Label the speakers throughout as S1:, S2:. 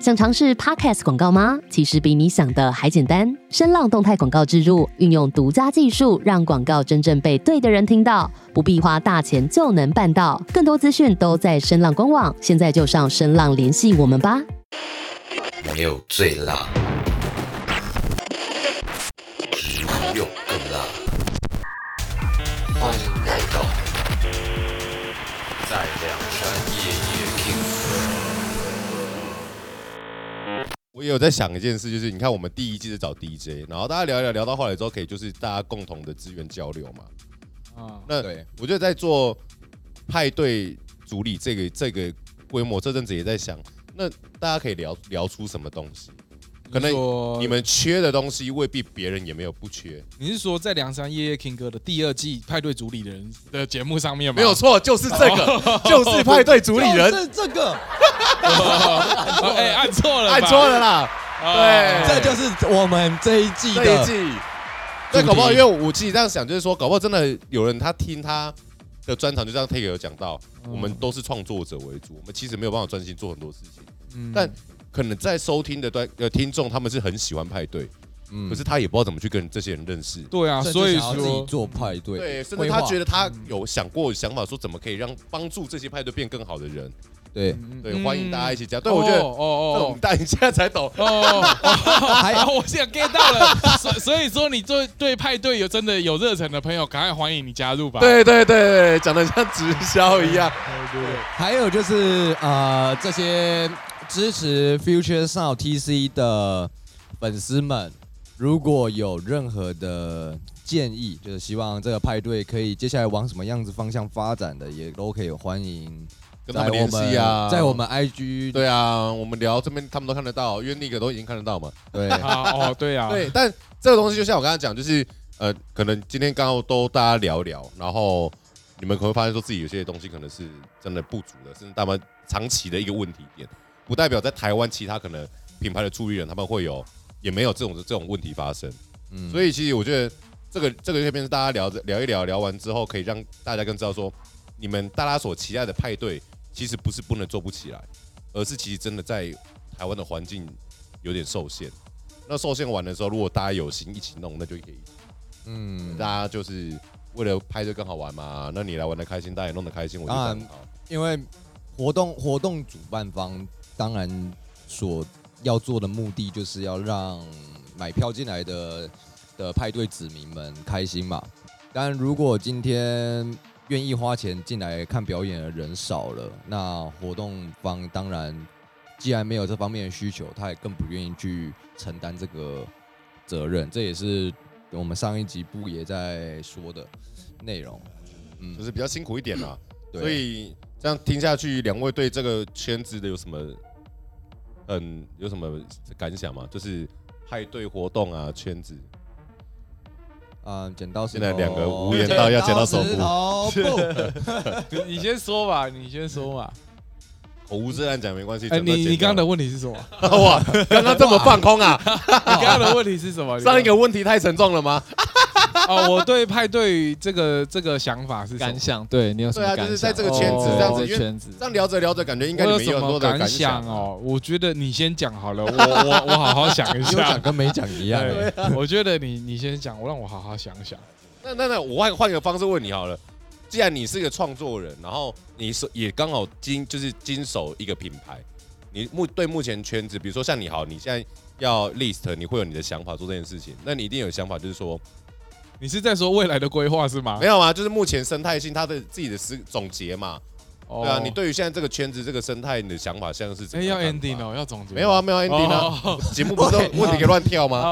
S1: 想尝试 Podcast 广告吗？其实比你想的还简单。声浪动态广告植入，运用独家技术，让广告真正被对的人听到，不必花大钱就能办到。更多资讯都在声浪官网，现在就上声浪联系我们吧。
S2: 没有最辣，只有更辣。欢迎来到在两山夜夜 King。
S3: 我也有在想一件事，就是你看我们第一季是找 DJ，然后大家聊一聊，聊到后来之后可以就是大家共同的资源交流嘛。
S4: 啊，
S3: 那
S4: 对，
S3: 我觉得在做派对主理这个这个规模，这阵子也在想，那大家可以聊聊出什么东西？可能
S4: 说
S3: 你们缺的东西未必别人也没有不缺，
S4: 你是说在梁山夜夜 King 哥的第二季派对主理人的节目上面吗？
S3: 没有错，就是这个，就是派对主理人，
S5: 是哦这个，
S4: 啊， 哎，按错了吧，
S3: 按错了啦。
S4: 啊
S3: 对
S5: 这就是我们这一季
S3: 哎这一
S5: 的。
S3: 季。对，搞不好因为我自己这样想，就是说，搞不好真的有人他听他的专场，就像 Take 有讲到，我们都是创作者为主，我们其实没有办法专心做很多事情。
S4: 嗯
S3: 但可能在收听的端呃听众，他们是很喜欢派对，
S5: 嗯
S3: 可是他也不知道怎么去跟这些人认识。
S4: 对啊，所以
S5: 自己
S4: 说
S5: 做派对，
S3: 对，甚至他觉得
S5: 得
S3: 他有想过想法，说怎么可以让帮助这些派对变更好的人。
S5: 对，
S3: 对，欢迎大家一起加。对，
S4: 哦
S3: 我觉得
S4: 哦
S3: 这
S4: 哦
S3: 种大你现在才懂，
S4: 哦哦，
S5: 还
S4: 然后我现在 get 到了，所所以说你对对派对有真的有热忱的朋友，赶快欢迎你加入吧。
S3: 对对对对，讲的像直销一样。
S4: 对对
S5: 还有就是呃，这些支持 Future Sound TC 的粉丝们，如果有任何的建议，就是希望这个派对可以接下来往什么样子方向发展的，也都可以欢迎
S3: 跟他
S5: 在
S3: 们
S5: 我
S3: 联
S5: 们
S3: 系啊，
S5: 在我们 IG
S3: 对啊，我们聊这边他们都看得到，因为那个都已经看得到嘛。
S5: 对
S4: 啊哦对啊，
S3: 对，但这个东西就像我刚才讲，就是呃，可能今天刚好都大家聊一聊，然后你们可能会发现说自己有些东西可能是真的不足的，甚至他们长期的一个问题点，不代表在台湾其他可能品牌的助力人他们会有也没有这种这种问题发生。
S5: 嗯
S3: 所以其实我觉得这个这个这边是大家聊着聊一聊，聊完之后可以让大家更知道说，你们大家所期待的派对，其实不是不能做不起来，而是其实真的在台湾的环境有点受限。那受限完的时候，如果大家有心一起弄，那就可以。
S5: 嗯
S3: 大，家就是为了派对更好玩嘛，那你来玩的开心，大家也弄得开心，我觉
S5: 当
S3: 得
S5: 然
S3: 很好。
S5: 因为活动活动主办方当然所要做的目的就是要让买票进来的的派对子民们开心嘛。但如果今天愿意花钱进来看表演的人少了，那活动方当然既然没有这方面的需求，他也更不愿意去承担这个责任。这也是我们上一集不也在说的内容。嗯
S3: 就是比较辛苦一点 啦。
S5: 对啊
S3: 所以这样听下去，两位对这个圈子的有什么嗯有什么感想吗？就是派对活动啊，圈子
S5: 嗯，剪刀石
S3: 现在
S5: 头
S3: 两个无言道要剪刀手
S5: 石头布
S4: 你先说吧，你先 说吧。
S3: 口无遮拦讲没关系。
S4: 哎，
S3: 整段
S4: 你
S3: 剪
S4: 你刚刚
S3: 掉
S4: 的问题是什么？
S3: 哇，刚刚这么放空 啊？
S4: 你刚刚的问题是什么？
S3: 上一个问题太沉重了吗？
S4: 哦，我对派对这个这个想法是什么
S6: 感想， 对你有什么
S3: 对啊
S6: 感
S3: 就
S6: 想？
S3: 是在这
S4: 个圈子这样
S3: 因
S6: 哦
S4: 子
S3: 为
S6: 这圈子
S3: 这样聊着聊着，感觉应该
S4: 我
S3: 你
S4: 有
S3: 们也
S4: 什
S3: 有很
S4: 么
S3: 多的
S4: 感
S3: 想
S4: 想。哦？我觉得你先讲好了，我我我好好想一
S5: 有讲
S4: 下。
S5: 跟没讲一样欸。
S4: 对，我觉得你你先讲，我让我好好想想。
S3: 那那那，我换换个方式问你好了。既然你是个创作人，然后你手也刚好经就是经手一个品牌，你目对目前圈子，比如说像你好，你现在要 list，你会有你的想法做这件事情，那你一定有想法，就是说
S4: 你是在说未来的规划是吗
S3: 没？有啊，就是目前生态性它的自己的思总结嘛，
S4: 哦
S3: 对啊，你对于现在这个圈子这个生态你的想法像是怎
S4: 哎
S3: 么
S4: 要
S3: 样的看法
S4: ending 了，要总结
S3: 没有啊，没有 ending 啊，
S4: 哦
S3: 节目不是都问题可以乱跳
S4: 哦
S3: 吗？
S4: 哦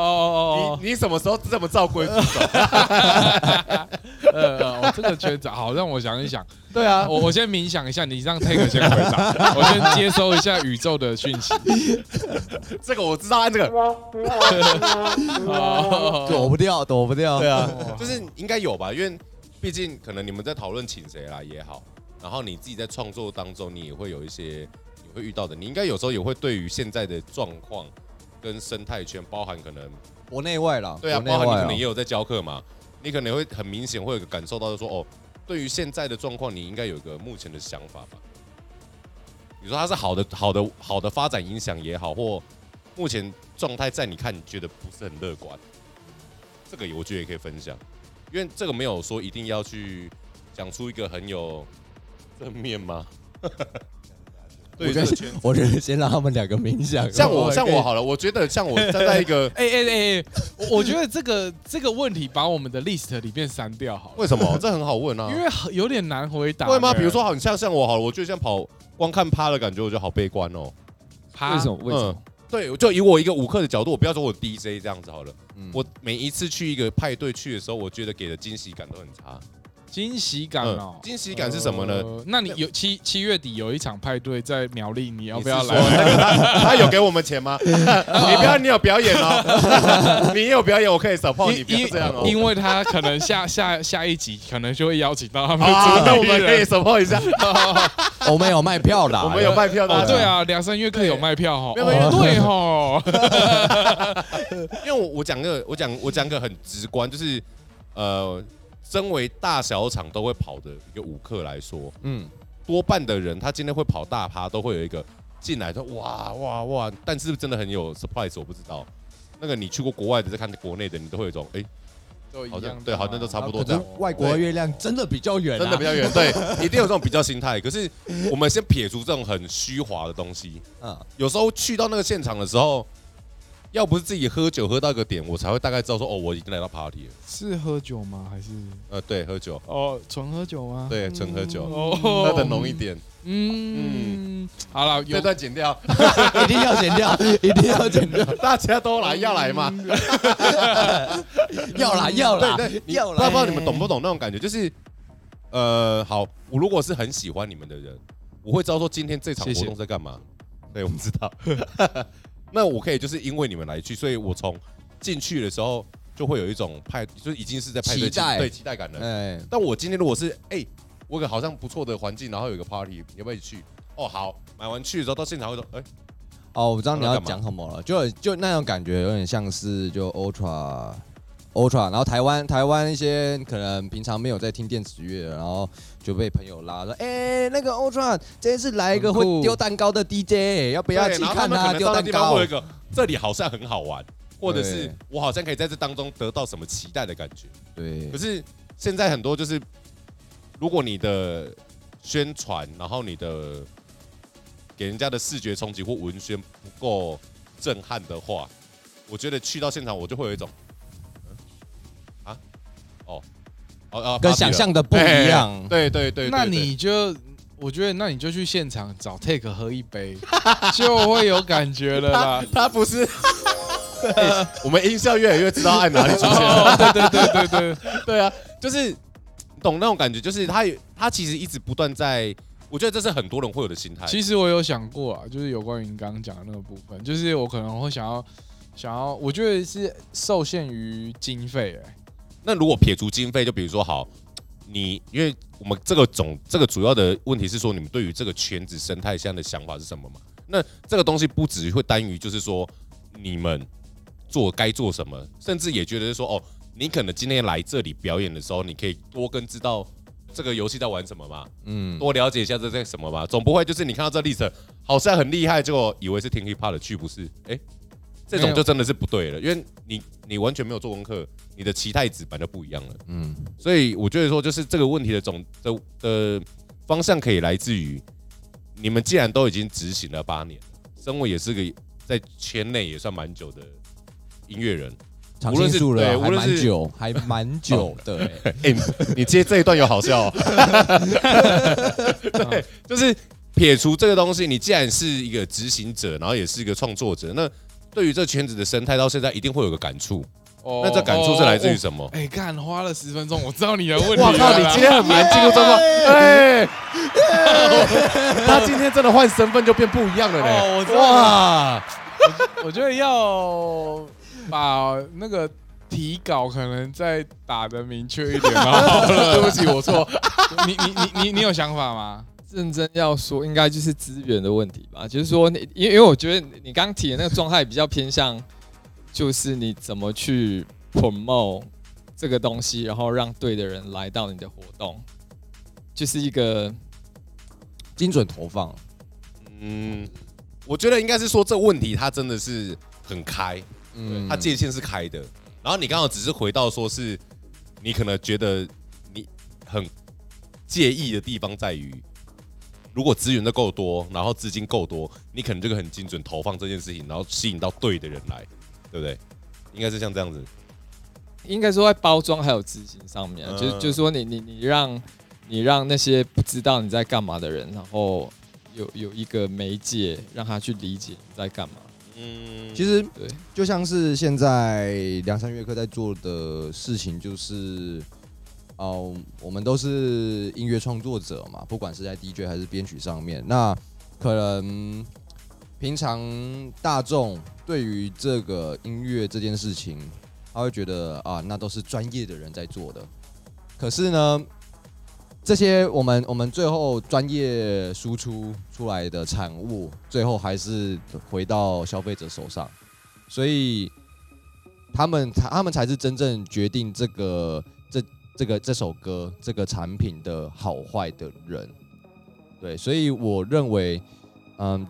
S4: 哦
S3: 你你什么时候这么照规矩走？
S4: 哦，呃呃，我这个圈子好，让我想一想。
S3: 对啊，
S4: 我我先冥想一下，你让 Take 先回答，我先接收一下宇宙的讯息。
S3: 这个我知道，按这个。
S4: 哦，
S5: 躲不掉，躲不掉。对啊，
S3: 就是应该有吧，因为毕竟可能你们在讨论请谁来啊也好，然后你自己在创作当中，你也会有一些你会遇到的，你应该有时候也会对于现在的状况跟生态圈，包含可能
S5: 国内外啦，
S3: 对啊，
S5: 国内
S3: 包含你
S5: 外
S3: 可
S5: 啊
S3: 能也有在教课嘛，你可能会很明显会有个感受到，就说哦，对于现在的状况，你应该有个目前的想法吧。你说它是好的、好的、好的发展影响也好，或目前状态在你看你觉得不是很乐观，这个也我觉得也可以分享，因为这个没有说一定要去讲出一个很有正面吗？对于
S5: 我
S3: 这个
S5: 觉得
S3: 圈，
S5: 我觉得先让他们两个冥想。哦
S3: 像我
S5: 可以
S3: 像我好了，我觉得像我站在一 个
S4: 哎哎哎哎，我我觉得这个这个问题把我们的 list 里面删掉好
S3: 为
S4: 了，
S3: 什么这很好问啊？
S4: 因为很有点难回答。
S3: 会吗？比如说好，你像像我好了，我就像跑光看趴的感觉，我就好悲观哦。
S4: 爬，
S6: 为什么？为什么？
S3: 对，就以我一个舞客的角度，我不要说我 DJ 这样子好了。
S5: 嗯
S3: 我每一次去一个派对去的时候，我觉得给的惊喜感都很差。
S4: 惊喜感哦
S3: 嗯，惊喜感是什么呢？
S4: 呃？那你有七七月底有一场派对在苗栗，你要不要
S3: 你是说
S4: 来？
S3: 那个他他有给我们钱吗？你不要，你有表演哦，你有表演，我可以 support 你，不要这样哦。
S4: 因为他可能下下下一集可能就会邀请到他们
S3: 啊，那
S4: 主
S3: 我
S4: 理
S3: 们可以
S4: 人。
S3: support 一下，
S5: 哎我们有卖票啊啦，
S3: 我们有卖票
S4: 哦，
S3: 的。
S4: 对，啊，两三月课有卖票哈，
S3: 没有没有
S4: 哦 对吼，
S3: 因为我我讲个我讲我讲个很直观，就是呃，身为大小场都会跑的一个舞客来说，
S5: 嗯，
S3: 多半的人他今天会跑大趴，都会有一个进来说哇哇哇，但是不是真的很有 surprise，我不知道。那个你去过国外的，再看国内的，你都会有一种哎、
S4: 都一
S3: 好
S4: 样
S3: 像
S4: 的
S3: 对，好
S4: 嘛
S3: 像都差不多
S5: 可
S3: 这样
S5: 是，外国的月亮真的比较远啊，
S3: 真的比较远，对，一定有这种比较心态。可是我们先撇除这种很虚华的东西，
S5: 嗯，
S3: 有时候去到那个现场的时候，要不是自己喝酒喝到一个点，我才会大概知道说哦，我已经来到 party 了。
S4: 是喝酒吗？还是
S3: 呃，对，喝酒，
S4: 哦，纯喝酒吗？
S3: 对，纯喝酒，
S4: 哦，
S3: 喝的浓一点，
S4: 嗯，好了，有
S3: 这段剪掉，
S5: 一定要剪掉，一定要剪掉，
S3: 大家都来要来嘛。
S5: 要啦要啦
S3: 对对，你
S5: 要
S3: 不知道不知道
S5: 啦，
S3: 你们懂不懂那种感觉？就是，呃，好，我如果是很喜欢你们的人，我会知道说今天这场
S4: 谢谢
S3: 活动在干嘛。对，我们知道。 那我可以就是因为你们来去，所以我从进去的时候就会有一种派，就是已经是在派对
S5: 期待
S3: 对期待感了。
S5: 哎，
S3: 但我今天如果是哎、我有个好像不错的环境，然后有个 party，你要不要一起去？哦，好，买完去的时候到现场会说，哎、
S5: 哦，我知道你要讲什么了，就就那种感觉有点像是就 Ultra。Ultra，然后台湾台湾一些可能平常没有在听电子乐的，然后就被朋友拉说，哎、那个 Ultra 这次来一个
S6: 很酷
S5: 会丢蛋糕的 DJ，要不
S3: 不
S5: 要去看他丢蛋糕
S3: 会有一？个这里好像很好玩，或者是
S5: 对
S3: 我好像可以在这当中得到什么期待的感觉。
S5: 对
S3: 可，是现在很多就是，如果你的宣传，然后你的给人家的视觉冲击或文宣不够震撼的话，我觉得去到现场我就会有一种，嗯啊，哦，哦哦，
S5: 跟
S3: party
S5: 想
S3: 了
S5: 象的不一样
S3: 哎。对对对，对
S4: 那
S3: 对
S4: 你就，我觉得那你就去现场找 Take 喝一杯，就会有感觉 了啦。
S3: 他不是。哎我们音效越来越知道按哪里 出现了。
S4: 哦，对对对对对，
S3: 对啊，就是你懂那种感觉，就是他有他其实一直不断在，我觉得这是很多人会有的心态。
S4: 其实我有想过啊，就是有关于你刚刚讲的那个部分，就是我可能会想要。想要，我觉得是受限于经费、哎，
S3: 那如果撇除经费，就比如说好，你因为我们这个总这个主要的问题是说，你们对于这个圈子生态现在的想法是什么嘛？那这个东西不只会单于就是说你们做该做什么，甚至也觉得是说哦，你可能今天来这里表演的时候，你可以多跟知道这个游戏在玩什么嘛。
S5: 嗯，
S3: 多了解一下这在什么吧，总不会就是你看到这历史好像很厉害，结果以为是听 hiphop 的去不是？哎、这
S4: 没
S3: 种
S4: 有
S3: 就真的是不对了，因为你你完全没有做功课，你的期待值本来就不一样了。
S5: 嗯，
S3: 所以我觉得说，就是这个问题的总的的方向可以来自于你们既然都已经执行了八年，身为也是个在圈内也算蛮久的音乐人，
S5: 长
S3: 哎无论
S5: 青
S3: 是
S5: 树
S3: 对
S5: 了，还
S3: 无论
S5: 蛮
S3: 是
S5: 久，还蛮久的、 欸。
S3: 哎、你接这一段有好笑、哦。 对，就是撇除这个东西，你既然是一个执行者，然后也是一个创作者，那对于这圈子的生态到现在一定会有个感触。
S4: 哦
S3: 那这感触是来自于
S4: 么？
S3: 什么？
S4: 哎、干花了十分钟，我知道你的问题
S3: 哦哇
S4: 了啦。
S3: 靠！你今天很难进入状 况，哎，他今天真的换身份就变不一样了呢。
S4: 哦，我知道了。
S5: 哇，
S4: 我觉得要把那个提稿可能再打的明确一点吧。对不起，我错。你你你你你有想法吗？
S6: 认真要说，应该就是资源的问题吧。就是说你，因为因为我觉得你刚提的那个状态比较偏向，就是你怎么去 promote 这个东西，然后让对的人来到你的活动，就是一个
S5: 精准投放，
S3: 嗯，我觉得应该是说这问题它真的是很开，
S5: 嗯
S3: 它界限是开的。然后你刚好只是回到说是，你可能觉得你很介意的地方在于，如果资源都够多，然后资金够多，你可能就可以很精准投放这件事情，然后吸引到对的人来，对不对？应该是像这样子，
S6: 应该说在包装还有执行上面啊、
S3: 嗯
S6: 就是就是说你你你让你让那些不知道你在干嘛的人，然后有有一个媒介让他去理解你在干嘛。
S3: 嗯，
S5: 其实
S6: 对，
S5: 就像是现在梁山月客在做的事情，就是哦、我们都是音乐创作者嘛，不管是在 DJ 还是编曲上面，那可能平常大众对于这个音乐这件事情，他会觉得啊，那都是专业的人在做的。可是呢，这些我们我们最后专业输出出来的产物，最后还是回到消费者手上，所以他们才他们才是真正决定这个这这个这首歌这个产品的好坏的人。对，所以我认为，嗯，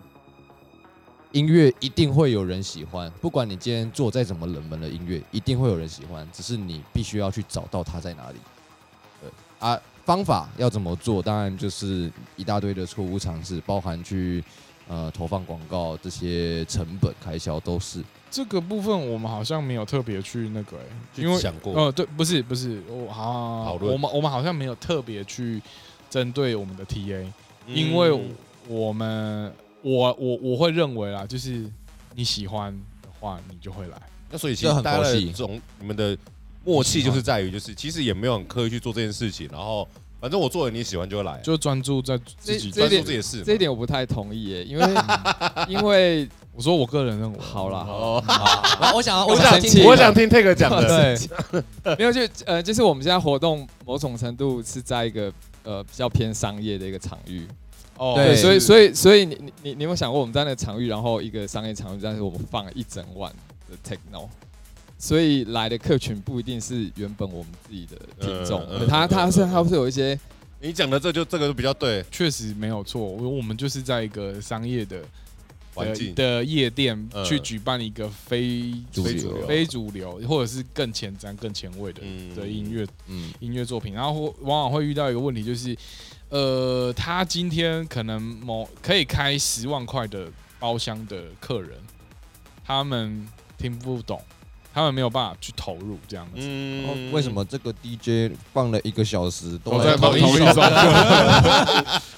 S5: 音乐一定会有人喜欢，不管你今天做再怎么冷门的音乐，一定会有人喜欢，只是你必须要去找到它在哪里。对啊，方法要怎么做？当然就是一大堆的错误尝试，包含去呃投放广告这些成本开销都是。
S4: 这个部分我们好像没有特别去那个、欸，因为
S3: 去想过
S4: 哦、对，不是不是，我好
S3: 讨论
S4: 我们我们好像没有特别去针对我们的 TA，、
S3: 嗯
S4: 因为我们我我我会认为啦，就是你喜欢的话，你就会来。
S3: 那所以其实
S5: 这很
S3: 大家
S5: 佛
S3: 的
S5: 系
S3: 这种你们的默契就是在于，就是其实也没有很刻意去做这件事情，然后反正我做了你喜欢就会来，
S4: 就专注在自己。
S6: 这
S3: 专
S6: 一
S3: 注
S6: 点
S3: 自己的事嘛。
S6: 这一点我不太同意耶，因为因为
S4: 我说我个人认为，
S6: 好 啦，
S3: 哦，
S5: 啊我想
S6: 我想
S5: 听
S6: 听
S5: 听
S3: 我想听 Take 讲的，
S4: 对，
S6: 没有就呃，就是我们现在活动某种程度是在一个呃比较偏商业的一个场域，
S4: 哦，
S5: 对
S6: 所以
S4: 以
S6: 所以所以你你你你有没有想过我们在那个场域，然后一个商业场域，但是我们放了一整晚的 techno。所以来的客群不一定是原本我们自己的听众，
S3: 嗯嗯
S6: 他
S3: 嗯
S6: 他是
S3: 嗯
S6: 他是有一些
S3: 你讲的这就这个就比较对
S4: 确实没有错，我我们就是在一个商业的
S3: 环境
S4: 的的夜店
S3: 嗯
S4: 去举办一个非
S5: 主
S3: 非
S5: 流
S4: 非主流或者是更前瞻、更前卫的
S3: 嗯
S4: 的音乐
S5: 嗯，
S4: 音乐作品，然后或往往会遇到一个问题，就是，呃，他今天可能某可以开十万块的包厢的客人，他们听不懂，他们没有办法去投入这样子。
S3: 嗯
S5: 哦为什？么这个 DJ 放了一个小时都
S4: 我
S5: 在
S4: 在
S5: 放
S4: 同
S5: 一
S4: 一
S5: 首
S4: 首歌，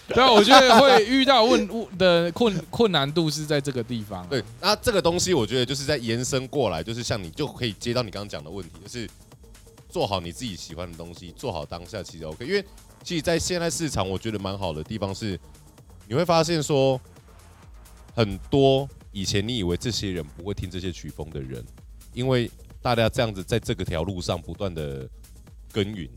S4: 对啊，我觉得会遇到问的困困难度是在这个地方啊、
S3: 对，那这个东西我觉得就是在延伸过来，就是像你就可以接到你刚刚讲的问题，就是做好你自己喜欢的东西，做好当下其实 OK。因为其实，在现在市场，我觉得蛮好的地方是，你会发现说，很多以前你以为这些人不会听这些曲风的人，因为大家这样子在这个条路上不断的耕耘，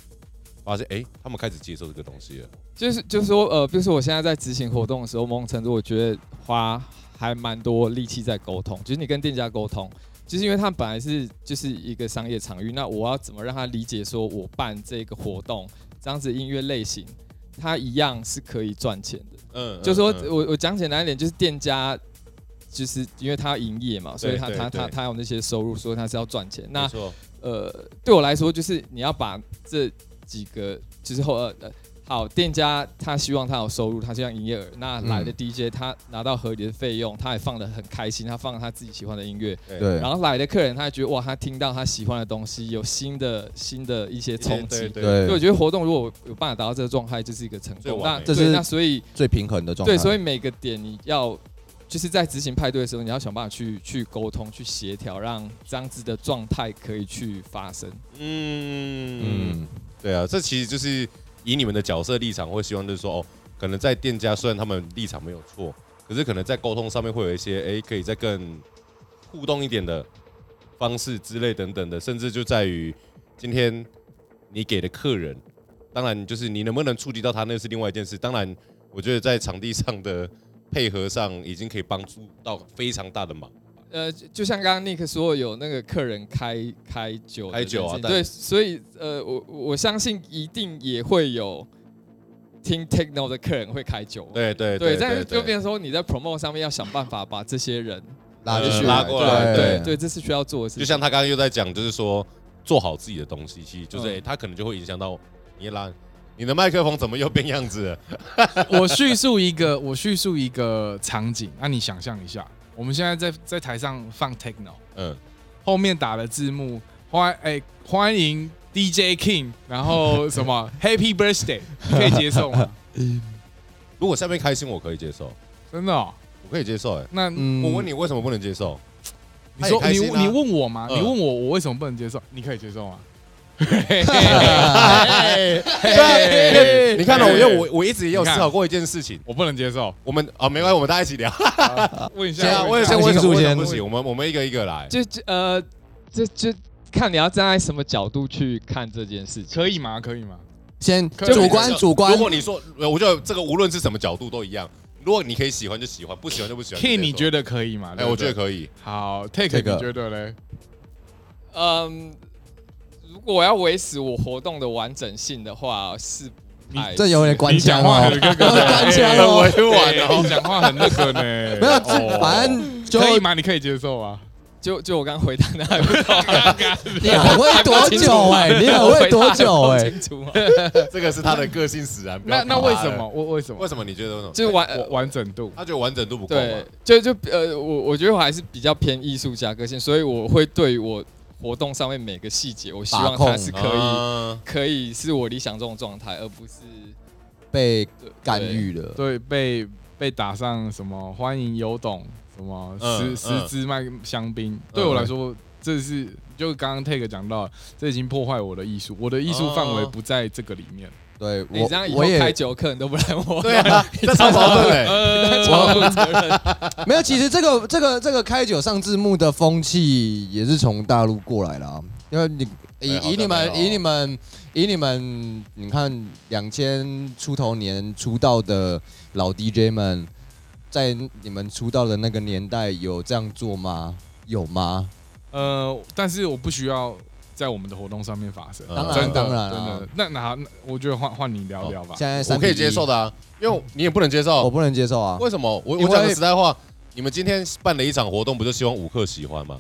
S3: 发现哎、诶他们开始接受这个东西了。
S6: 就是就是说，呃，比如说我现在在执行活动的时候，某种程度我觉得花还蛮多力气在沟通，就是你跟店家沟通，就是因为他们本来是就是一个商业场域，那我要怎么让他理解说我办这个活动这样子音乐类型，它一样是可以赚钱的。
S3: 嗯，
S6: 就说
S3: 嗯嗯
S6: 我我讲简单一点，就是店家。就是因为他要营业嘛，所以他
S3: 对
S6: 他他
S3: 对
S6: 他有那些收入，所以他是要赚钱。那
S3: 没错
S6: 呃，对我来说，就是你要把这几个，就是后呃呃，好，店家他希望他有收入，他希望营业额，那来的
S5: 嗯
S6: DJ 他拿到合理的费用，他也放得很开心，他放了他自己喜欢的音乐，
S5: 对，
S6: 然后来的客人他觉得哇，他听到他喜欢的东西，有新的新的一些冲击。
S3: 对
S6: 所以我
S5: 对
S6: 觉得活动如果有办法达到这个状态，就是一个成
S3: 最
S6: 功。
S3: 完
S6: 那
S3: 美
S5: 这
S6: 对
S5: 是
S6: 那所以
S5: 最平衡的状态。
S6: 对，所以每个点你要就是在执行派对的时候，你要想办法去去沟通、去协调，让这样子的状态可以去发生。
S3: 嗯
S5: 嗯，
S3: 对啊，这其实就是以你们的角色立场，会希望就是说，哦，可能在店家虽然他们立场没有错，可是可能在沟通上面会有一些，哎，可以再更互动一点的方式之类等等的，甚至就在于今天你给的客人，当然就是你能不能触及到他，那是另外一件事。当然，我觉得在场地上的配合上，已经可以帮助到非常大的忙。
S6: 呃，就就像刚刚 Nick 说，有那个客人开开酒的
S3: 开酒啊
S6: 这件事情
S3: 但
S6: 对，所以呃，我我我相信一定也会有听 techno 的客人会开酒窝。
S3: 对对
S6: 对，但
S3: 对
S6: 是就变成说你在 promote 上面要想办法把这些人
S5: 拉
S3: 呃
S5: 进去，
S3: 拉过来
S6: 对
S5: 对
S6: 对，这是需要做的事情。
S3: 就像他刚刚又在讲，就是说做好自己的东西，其实就是、
S6: 嗯
S3: 欸他可能就会影响到你拉你的麦克风怎么又变样子了？
S4: 我叙述一个，我叙述一个场景，那、你想象一下，我们现在在在台上放 techno，
S3: 嗯，
S4: 后面打的字幕欢哎、欢迎 DJ King，然后什么 Happy Birthday，你可以接受吗？
S3: 如果下面开心，我可以接受，
S4: 真的、哦？
S3: 我可以接受、欸。哎、
S4: 那、
S5: 嗯
S3: 我问你为什么不能接受？
S4: 你说
S3: 他也开
S4: 你
S3: 心啊
S4: 你问我吗？
S3: 嗯
S4: 你问我我为什么不能接受？你可以接受吗？
S3: 对啊，你看到我，因为我我一直也有
S4: 你
S3: 思
S4: 看
S3: 考过一件事情，
S4: 我不能接受。
S3: 我们啊，没关系，我们大家一起聊。
S4: 问一
S3: 对啊，
S4: 下，
S3: 我也
S4: 问一
S3: 先
S4: 下
S5: 先
S3: 为什么为
S5: 先
S3: 什么不行？我们我们一个一个来。
S6: 就就呃，就就看你要站在什么角度去看这件事情。
S4: 可以吗？可以吗？
S5: 先
S4: 可以
S5: 主观
S3: 就
S5: 主观
S3: 如，果你说，呃我觉得这个无论是什么角度都一样。如果你可以喜欢就喜欢，不喜欢就不喜欢。
S4: King，你觉
S3: 得？
S4: 得可以吗？
S3: 哎，我觉得
S4: 以。
S3: 可以。
S4: 好，Take，
S5: 这个
S4: 你觉得嘞？
S6: 嗯，如果我要维持我活动的完整性的话，是不太
S5: 这有点官
S4: 你讲
S5: 腔
S4: 话
S5: 哦
S4: 很，那个呢，
S5: 官腔哦
S4: 哎委婉哦，你讲话很那个 呢。
S5: 没有，
S4: 哦
S5: 这反正就
S4: 可以吗？你可以接受啊。
S6: 就就我刚回答的还不够
S5: 你很会多久哎， 你很会多久
S6: 我回答得不，
S5: 哎
S6: 清楚吗？
S3: 这个是他的个性使然。不要
S4: 那那
S3: 管
S4: 为
S3: 他
S4: 什
S3: 了
S4: 么？？我为呃什么
S3: 为？什么你觉得为什么？
S6: 就是完
S4: 我完整度
S3: 他觉得完整度不够嘛
S6: 对，就就呃，我我觉得我还是比较偏艺术家个性，所以我会对于我活动上面每个细节，我希望
S5: 把控
S6: 它是可以
S3: 啊
S6: 可以是我理想中的状态，而不是
S5: 被
S6: 对
S5: 干预了，
S4: 对被被打上什么欢迎有董什么十
S3: 嗯
S4: 十
S3: 嗯
S4: 支麦香槟，对我来说这是就刚刚 Take 讲到，这已经破坏我的艺术，我的艺术范围
S3: 哦
S4: 不在这个里面。
S5: 对
S6: 对你这样以
S5: 我
S6: 后
S5: 我
S6: 开
S5: 也
S6: 酒客人都不来我，
S3: 对 啊，这超矛盾 哎。
S6: 呃，超负责任。
S5: 没有，其实这个这个这个开酒上字幕的风气也是从大陆过来的啊，因为你
S3: 哎
S5: 以
S3: 好像
S5: 以你们
S3: 没有
S5: 以你们以你们，你看两千出头年出道的老 DJ 们，在你们出道的那个年代有这样做吗？有吗？
S4: 呃，但是我不需要在我们的活动上面发生，
S3: 嗯
S5: 当
S4: 真
S5: 然
S4: 的
S5: 当然
S4: 真的
S5: 啊，。
S4: 那那那我觉得换换你聊聊吧。
S5: 现在
S3: 我
S5: 3
S3: 可以
S5: 比
S3: 接
S5: 一
S3: 受，的啊，因为你也不能接
S5: 我
S3: 受。
S5: 不能接受啊。
S3: 为什么？我
S5: 因为
S3: 我讲个实在话，你们今天办了一场活动，不就希望五克喜欢吗？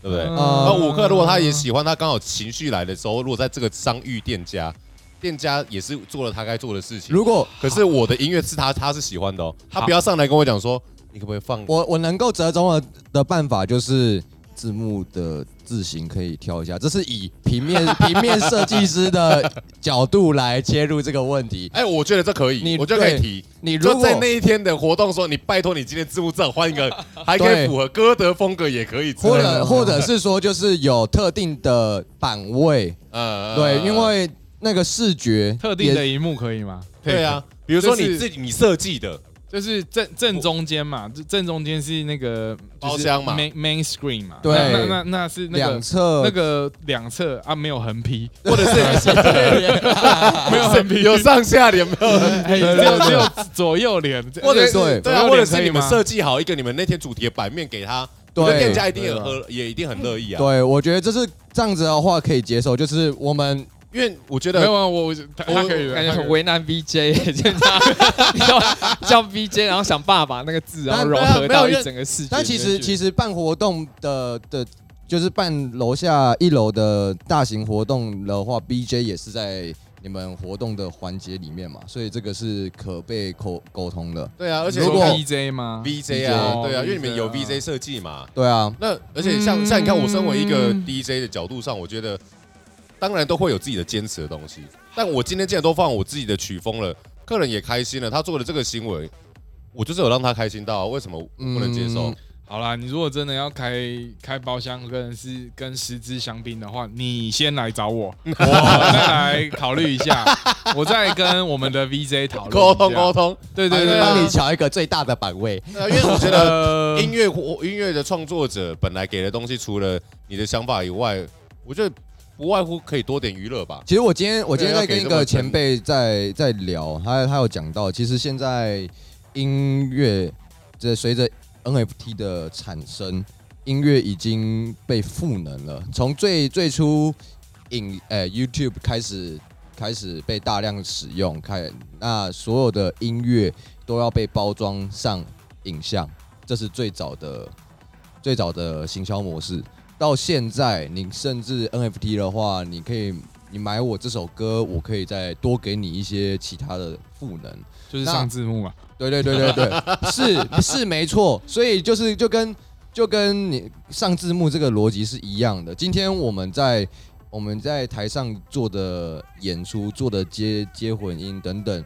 S3: 对不对？哦那
S5: 呃
S3: 五克如
S4: 嗯
S3: 果他也喜欢，他刚好情绪来的时候，如果在这个商遇店家，店家也是做了他该做的事情。
S5: 如果
S3: 可是我的音乐是他他是喜欢的哦，他不要上来跟我讲说你可不可以放
S5: 我我能够折中的的办法就是字幕的字形可以挑一下，这是以平面平面设计师的角度来切入这个问 题。
S3: 哎，我觉得这可以，
S5: 你
S3: 我觉得可以
S5: 对
S3: 提。
S5: 你如
S3: 就
S5: 果
S3: 在那一天的活动说，你拜托你今天字幕上换一个，还可以
S5: 对
S3: 符合歌德风格，也可以嗯之类
S5: 或
S3: 的。
S5: 者或者是说就是有特定的版位，
S3: 呃
S5: 对，因为那个视觉
S4: 特定的
S5: 也
S4: 一幕可以吗？
S3: 对啊，比如说
S4: 就是
S3: 你自己你设计的，
S4: 就是正正中间嘛，就正中间是那个
S3: 包厢嘛
S4: m a i n main screen 嘛，
S5: 对
S4: 那那那那是那
S5: 两
S4: 个
S5: 侧
S4: 那个两侧啊没有横批，
S3: 或者是 没有很有上下联没有，
S4: 哎只有只有左右脸，
S3: 或者
S5: 对
S3: 是对啊，
S4: 左右
S3: 或者
S4: 脸
S3: 是
S4: 可以
S3: 你们
S4: 吗
S3: 设计好一个你们那天主题的版面给他，
S5: 对
S3: 那店家一定
S5: 对
S3: 很
S5: 啊
S3: 乐，也一定很乐意啊。
S5: 对，我觉得这是这样子的话可以接受，就是我们
S3: 因为我觉
S4: 没有
S3: 得
S4: 啊，我我他他可以 的，
S6: 感觉
S4: 他可以
S6: 很
S4: 的
S6: 为难 VJ，就是 他你知道吗叫 VJ，然后想办法把那个字，然后
S5: 但
S6: 融
S3: 没有
S6: 合到
S3: 没有
S6: 一整个视觉里面去。
S5: 但其实其
S6: 实
S5: 实办活动的的，就是办楼下一楼的大型活动的话，BJ 也是在你们活动的环节里面嘛，所以这个是可被沟沟通的。
S3: 对啊，而且
S5: 如
S3: 你
S5: 果
S3: 看
S4: VJ E 吗？
S3: VJ 啊，
S4: VJ
S3: 对啊，因为你们有
S4: 哦 VJ
S3: VJ 设计嘛，
S5: 对啊，
S3: 那而且像像你看，我身为一个
S4: 嗯
S3: DJ 的角度上，我觉得当然都会有自己的坚持的东西。但我今天既然都放我自己的曲风了，客人也开心了，他做的这个行为，我就是有让他开心到啊，为什么不能接受
S5: 嗯？
S4: 好啦，你如果真的要开开包厢跟是跟十支香槟的话，你先来 找我，我再来考虑一下， 我再跟我们的 VJ 讨论
S3: 沟通
S4: 一下
S3: 沟，通，
S4: 对对
S3: 对
S4: 对，
S3: 啊
S5: 帮你瞧一个最大的版位。
S3: 对啊因为我觉得
S4: 呃
S3: 音乐活音乐的创作者本来给的东西，除了你的想法以外，我觉得不外乎可以多点娱乐吧。
S5: 其实我今天我今
S3: 对
S5: 天在
S3: 要给
S5: 跟一
S3: 这么
S5: 个前辈在在聊，他他有讲到，其实现在音乐这随着 NFT 的产生，音乐已经被赋能了。从最最初影呃 YouTube 开始开始被大量使用，开那所有的音乐都要被包装上影像，这是最早的最早的行销模式。到现在，你甚至 NFT 的话，你可以你买我这首歌，我可以再多给你一些其他的赋能。
S4: 就是
S5: 那
S4: 上字幕嘛，
S5: 对对对对对，是是没错，所以就是就跟就跟你上字幕这个逻辑是一样的。今天我们在我们在台上做的演出、做的接接混音等等，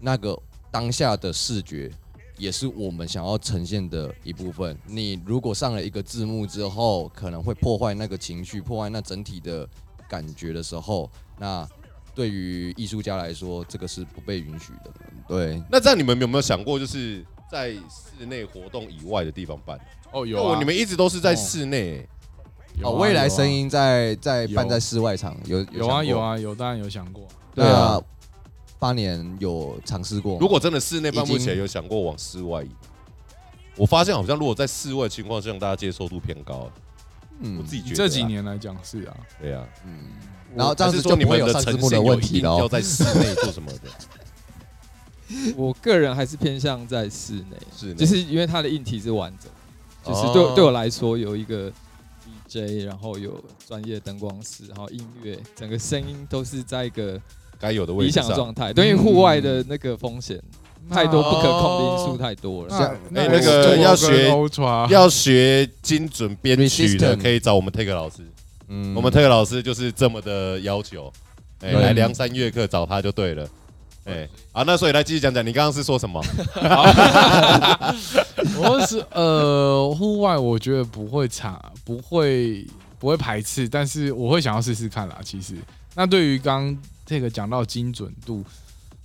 S5: 那个当下的视觉也是我们想要呈现的一部分。你如果上了一个字幕之后，可能会破坏那个情绪，破坏那整体的感觉的时候，那对于艺术家来说，这个是不被允许的。对，
S3: 那这样你们有没有想过，就是在室内活动以外的地方办？
S4: 哦
S3: 因
S4: 有
S3: 为
S4: 啊，
S3: 你们一直都是在室内，欸
S4: 有啊
S5: 哦，未来声音在在
S4: 有
S5: 办在室外场，有
S4: 有啊有
S5: 啊，
S4: 啊有，当然有想过，
S5: 对
S3: 对啊
S5: 啊，八年有尝试过吗，
S3: 如果真的室内办，
S5: 哦已经
S3: 目前有想过往室外移吗？我发现好像如果在室外的情况下，大家接受度偏高。
S5: 嗯
S3: 我自己觉得啊
S4: 这几年来讲是啊，
S3: 对啊，
S5: 嗯，然后这样
S3: 还是
S5: 子
S3: 说
S5: 就
S3: 你
S5: 不会
S3: 们
S5: 有
S3: 的
S5: 上字
S3: 呈
S5: 幕
S3: 现
S5: 的
S3: 有
S5: 问
S3: 一
S5: 题
S3: 定
S5: 了
S3: 要
S5: 哦。
S3: 在室内做什么 的？
S6: 我个人还是偏向在室内，
S3: 室内
S6: 就是因为它的硬体是完整，就是
S3: 哦
S6: 对对我来说有一个 DJ，然后有专业灯光师，然后音乐，整个声音都是在一个
S3: 该有的位
S6: 理
S3: 置
S6: 想的
S3: 上。
S6: 状态。对，因为户外的那个风险太多不可控的因
S3: 哦
S6: 素太多了。
S5: 像
S3: 哎那个要学
S4: Ultra，
S3: 要学精准编曲的，
S5: Resistant
S3: 可以找我们 Take 老师。
S5: 嗯
S3: 我们 Take 老师就是这么的要求，哎，
S5: 对
S3: 来梁山乐课找他就对了。哎，好，那所以来继续讲讲，你刚刚是说 什么？
S4: 我是呃，户外我觉得不会差，不会不会排斥，但是我会想要试试看啦。其实，那对于刚这个讲到精准度，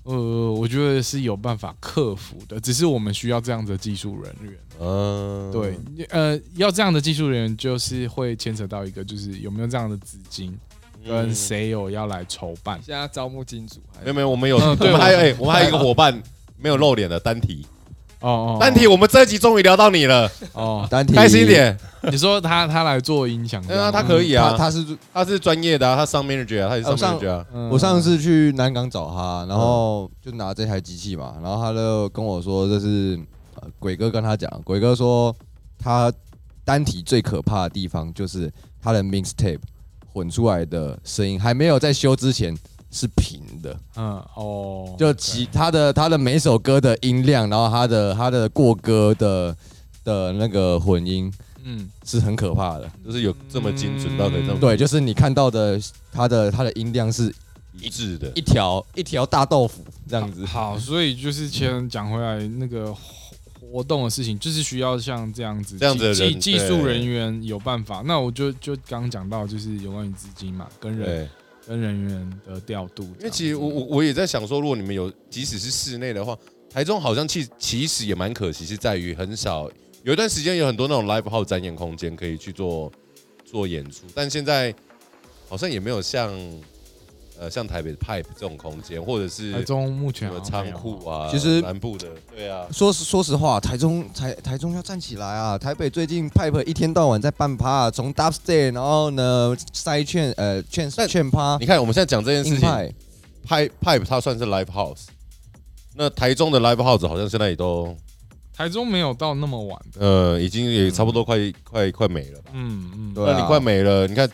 S4: 呃，我觉得是有办法克服的，只是我们需要这样的技术人员。
S3: 嗯，
S4: 对，呃，要这样的技术人员，就是会牵扯到一个，就是有没有这样的资金，
S3: 嗯
S4: 跟谁有要来筹办。
S6: 现在招募金主还
S3: 没有没有，我们有，
S4: 嗯
S3: 我
S4: 对
S3: 们还有，
S4: 我
S3: 哎，我们还有一个伙伴没有露脸的丹提，
S4: 哦哦，
S3: 丹提，我们这一集终于聊到你了，
S4: 哦，
S5: 单体
S3: 开心一，点。
S4: 你说他他来做音响这
S3: 对
S4: 样吗，
S3: 啊，他可以
S5: 嗯他
S3: 啊，
S5: 他是
S3: 他是专业的啊，他上 manager 啊，他也是
S5: 哦
S3: 上
S5: 上
S3: manager 啊。
S4: 嗯
S5: 我上次去南港找他，然后就拿这台机器嘛，然后他就跟我说这是、呃、鬼哥跟他讲，鬼哥说他单体最可怕的地方就是他的 mixtape 混出来的声音还没有在修之前是平的，
S4: 嗯哦，
S5: 就
S4: OK
S5: 其他的他的每首歌的音量，然后他的他的过歌的的那个混音
S4: 嗯。
S5: 是很可怕的。
S3: 就是有这么精准到可以这么
S5: 对，就是你看到的他的他的音量是
S3: 一致的
S5: 一条
S3: 嗯
S5: 一条大豆腐这样子。
S4: 好，所以就是先讲回来那个活活动的事情，就是需要像这样子
S3: 这样子的
S4: 技
S3: 人
S4: 技技
S3: 对
S4: 术人员有办法。那我就就刚讲到就是有关于资金嘛，跟人
S3: 对，
S4: 跟人员的调度这样子，
S3: 因为其实我我我也在想说，如果你们有即使是室内的话，台中好像其其实也蛮可惜，是在于很少有一段时间有很多那种 live house 展演空间可以去做做演出，但现在好像也没有像呃像台北的 pipe 这种空间，或者是
S4: 台中目前
S3: 什么
S4: 好像
S3: 仓
S4: 没有
S3: 库啊，
S5: 其实
S3: 南部的对啊，
S5: 说实说实话，台中台台中要站起来啊！台北最近 Pipe 一天到晚在办趴、从 Dubstep，然后呢塞券呃券
S3: 但
S5: 券趴
S3: 你看我们现在讲这件事
S5: 硬
S3: 情
S5: 派，
S3: ，pipe pipe 它算是 live house，那台中的 live house 好像现在也都
S4: 台中没有到那么晚的，
S3: 呃已经也差不多快、快快没了吧。
S4: 嗯嗯，
S5: 对
S3: 那你
S5: 啊
S3: 快没了，你看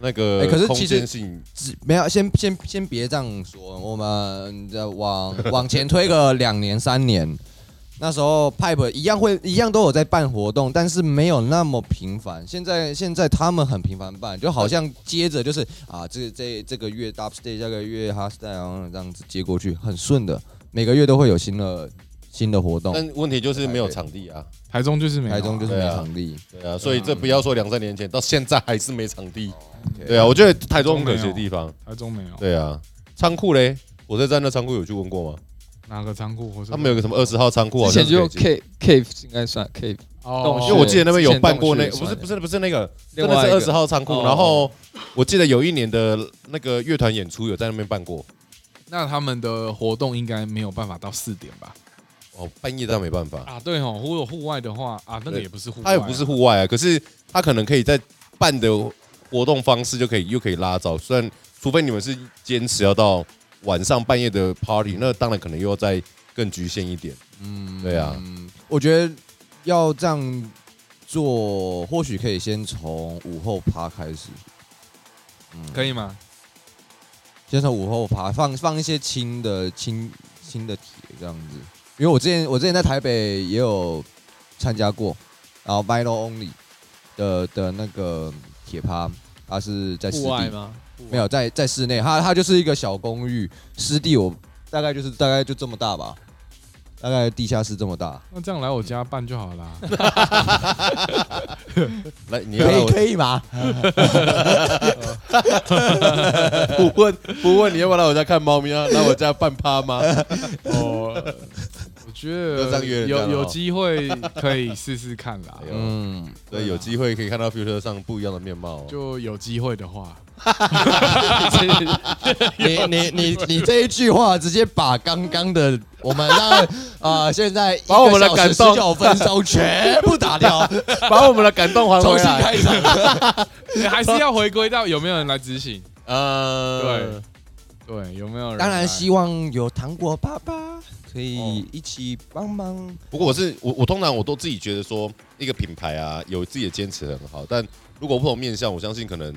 S3: 那个、
S5: 哎可是
S3: 空
S5: 其实
S3: 间性
S5: 只没有先先先别这样说，我们再往往前推个两年三年，那时候 Pipe 一样会一样都有在办活动，但是没有那么频繁。现在现在他们很频繁办，就好像接着就是啊，这这这个月 Dubstep，下个月 Hardstyle，然后这样子接过去，很顺的，每个月都会有新的新的活动。
S3: 但问题就是没有场地啊，
S4: 台中就是没有啊，
S5: 台中就是没
S3: 对啊
S5: 场地，
S3: 对啊，所以这不要说两三年前，到现在还是没场地。
S5: 哦
S3: 对啊，我觉得台中很可惜的地方，
S4: 台中没有，
S3: 对啊，仓库嘞，火车站的仓库有去问过吗？
S5: 嗯
S4: 哪个仓库或者
S3: 他们有个什么二十号仓库，好
S6: 之
S3: 像
S6: 前
S3: 是
S6: 就
S3: 可以进
S6: Cave Cave 应该算 Cave，
S4: 哦
S6: 洞，穴
S3: 因为我记得那边有办过那
S6: 之
S3: 不
S6: 前动
S3: 是
S6: 线
S3: 不是不是那个，
S6: 另
S3: 真
S6: 外
S3: 的是
S6: 一个
S3: 二十号仓库。
S6: 哦
S3: 然后我记得有一年的那个乐团演出有在那边办过，
S4: 那他们的活动应该没有办法到四点吧？
S3: 哦，半夜但没办法，
S4: 啊，对哦，如果户外的话啊，那个
S3: 对
S4: 也不是户外啊，
S3: 它也不是户外啊，可是它可能可以在办的活动方式就可以又可以拉早，虽然除非你们是坚持要到晚上半夜的 party，那当然可能又要再更局限一点。
S5: 嗯
S3: 对啊，
S5: 我觉得要这样做，或许可以先从午后趴开始。嗯，
S4: 可以吗？
S5: 先从午后爬，放放一些轻的轻轻的铁这样子。因为我之前我之前在台北也有参加过，然后 Vinyl Only 的的那个铁趴，它是在湿
S6: 户外
S5: 地，
S6: 吗？户外
S5: 没有在在室内，它它就是一个小公寓，湿地我大概就是大概就这么大吧，大概地下室这么大，
S4: 那这样来我家办就好啦。
S3: 来，你要
S5: 可
S3: 来
S5: 以
S3: 我
S5: 可以吗？
S3: 不问不问，你要不要来我家看猫咪啊？来 我家办趴吗？
S4: 哦，我觉
S3: 要这样约
S4: 得
S3: 人家
S4: 有
S3: 了
S4: 有
S3: 哦
S4: 机会可以试试看啦
S3: 哎，呦
S5: 嗯，
S3: 对，有机会可以看到 future 上不一样的面貌哦。
S4: 就有机会的话，
S5: 你你 你你这一句话直接把刚刚的我们让啊、呃现在
S3: 把我们的感动
S5: 十九分钟全部 打掉，
S3: 把我们的感动还
S5: 重
S3: 回
S5: 新
S3: 来。
S5: 开场。
S4: 还是要回归到有没有人来执行。
S3: 呃，
S4: 对，有没有人来？
S5: 当然希望有糖果爸爸可
S3: 哦
S5: 以一起帮忙。
S3: 不过我是我我通常我都自己觉得说一个品牌啊有自己的坚持很好，但如果不同面向，我相信可能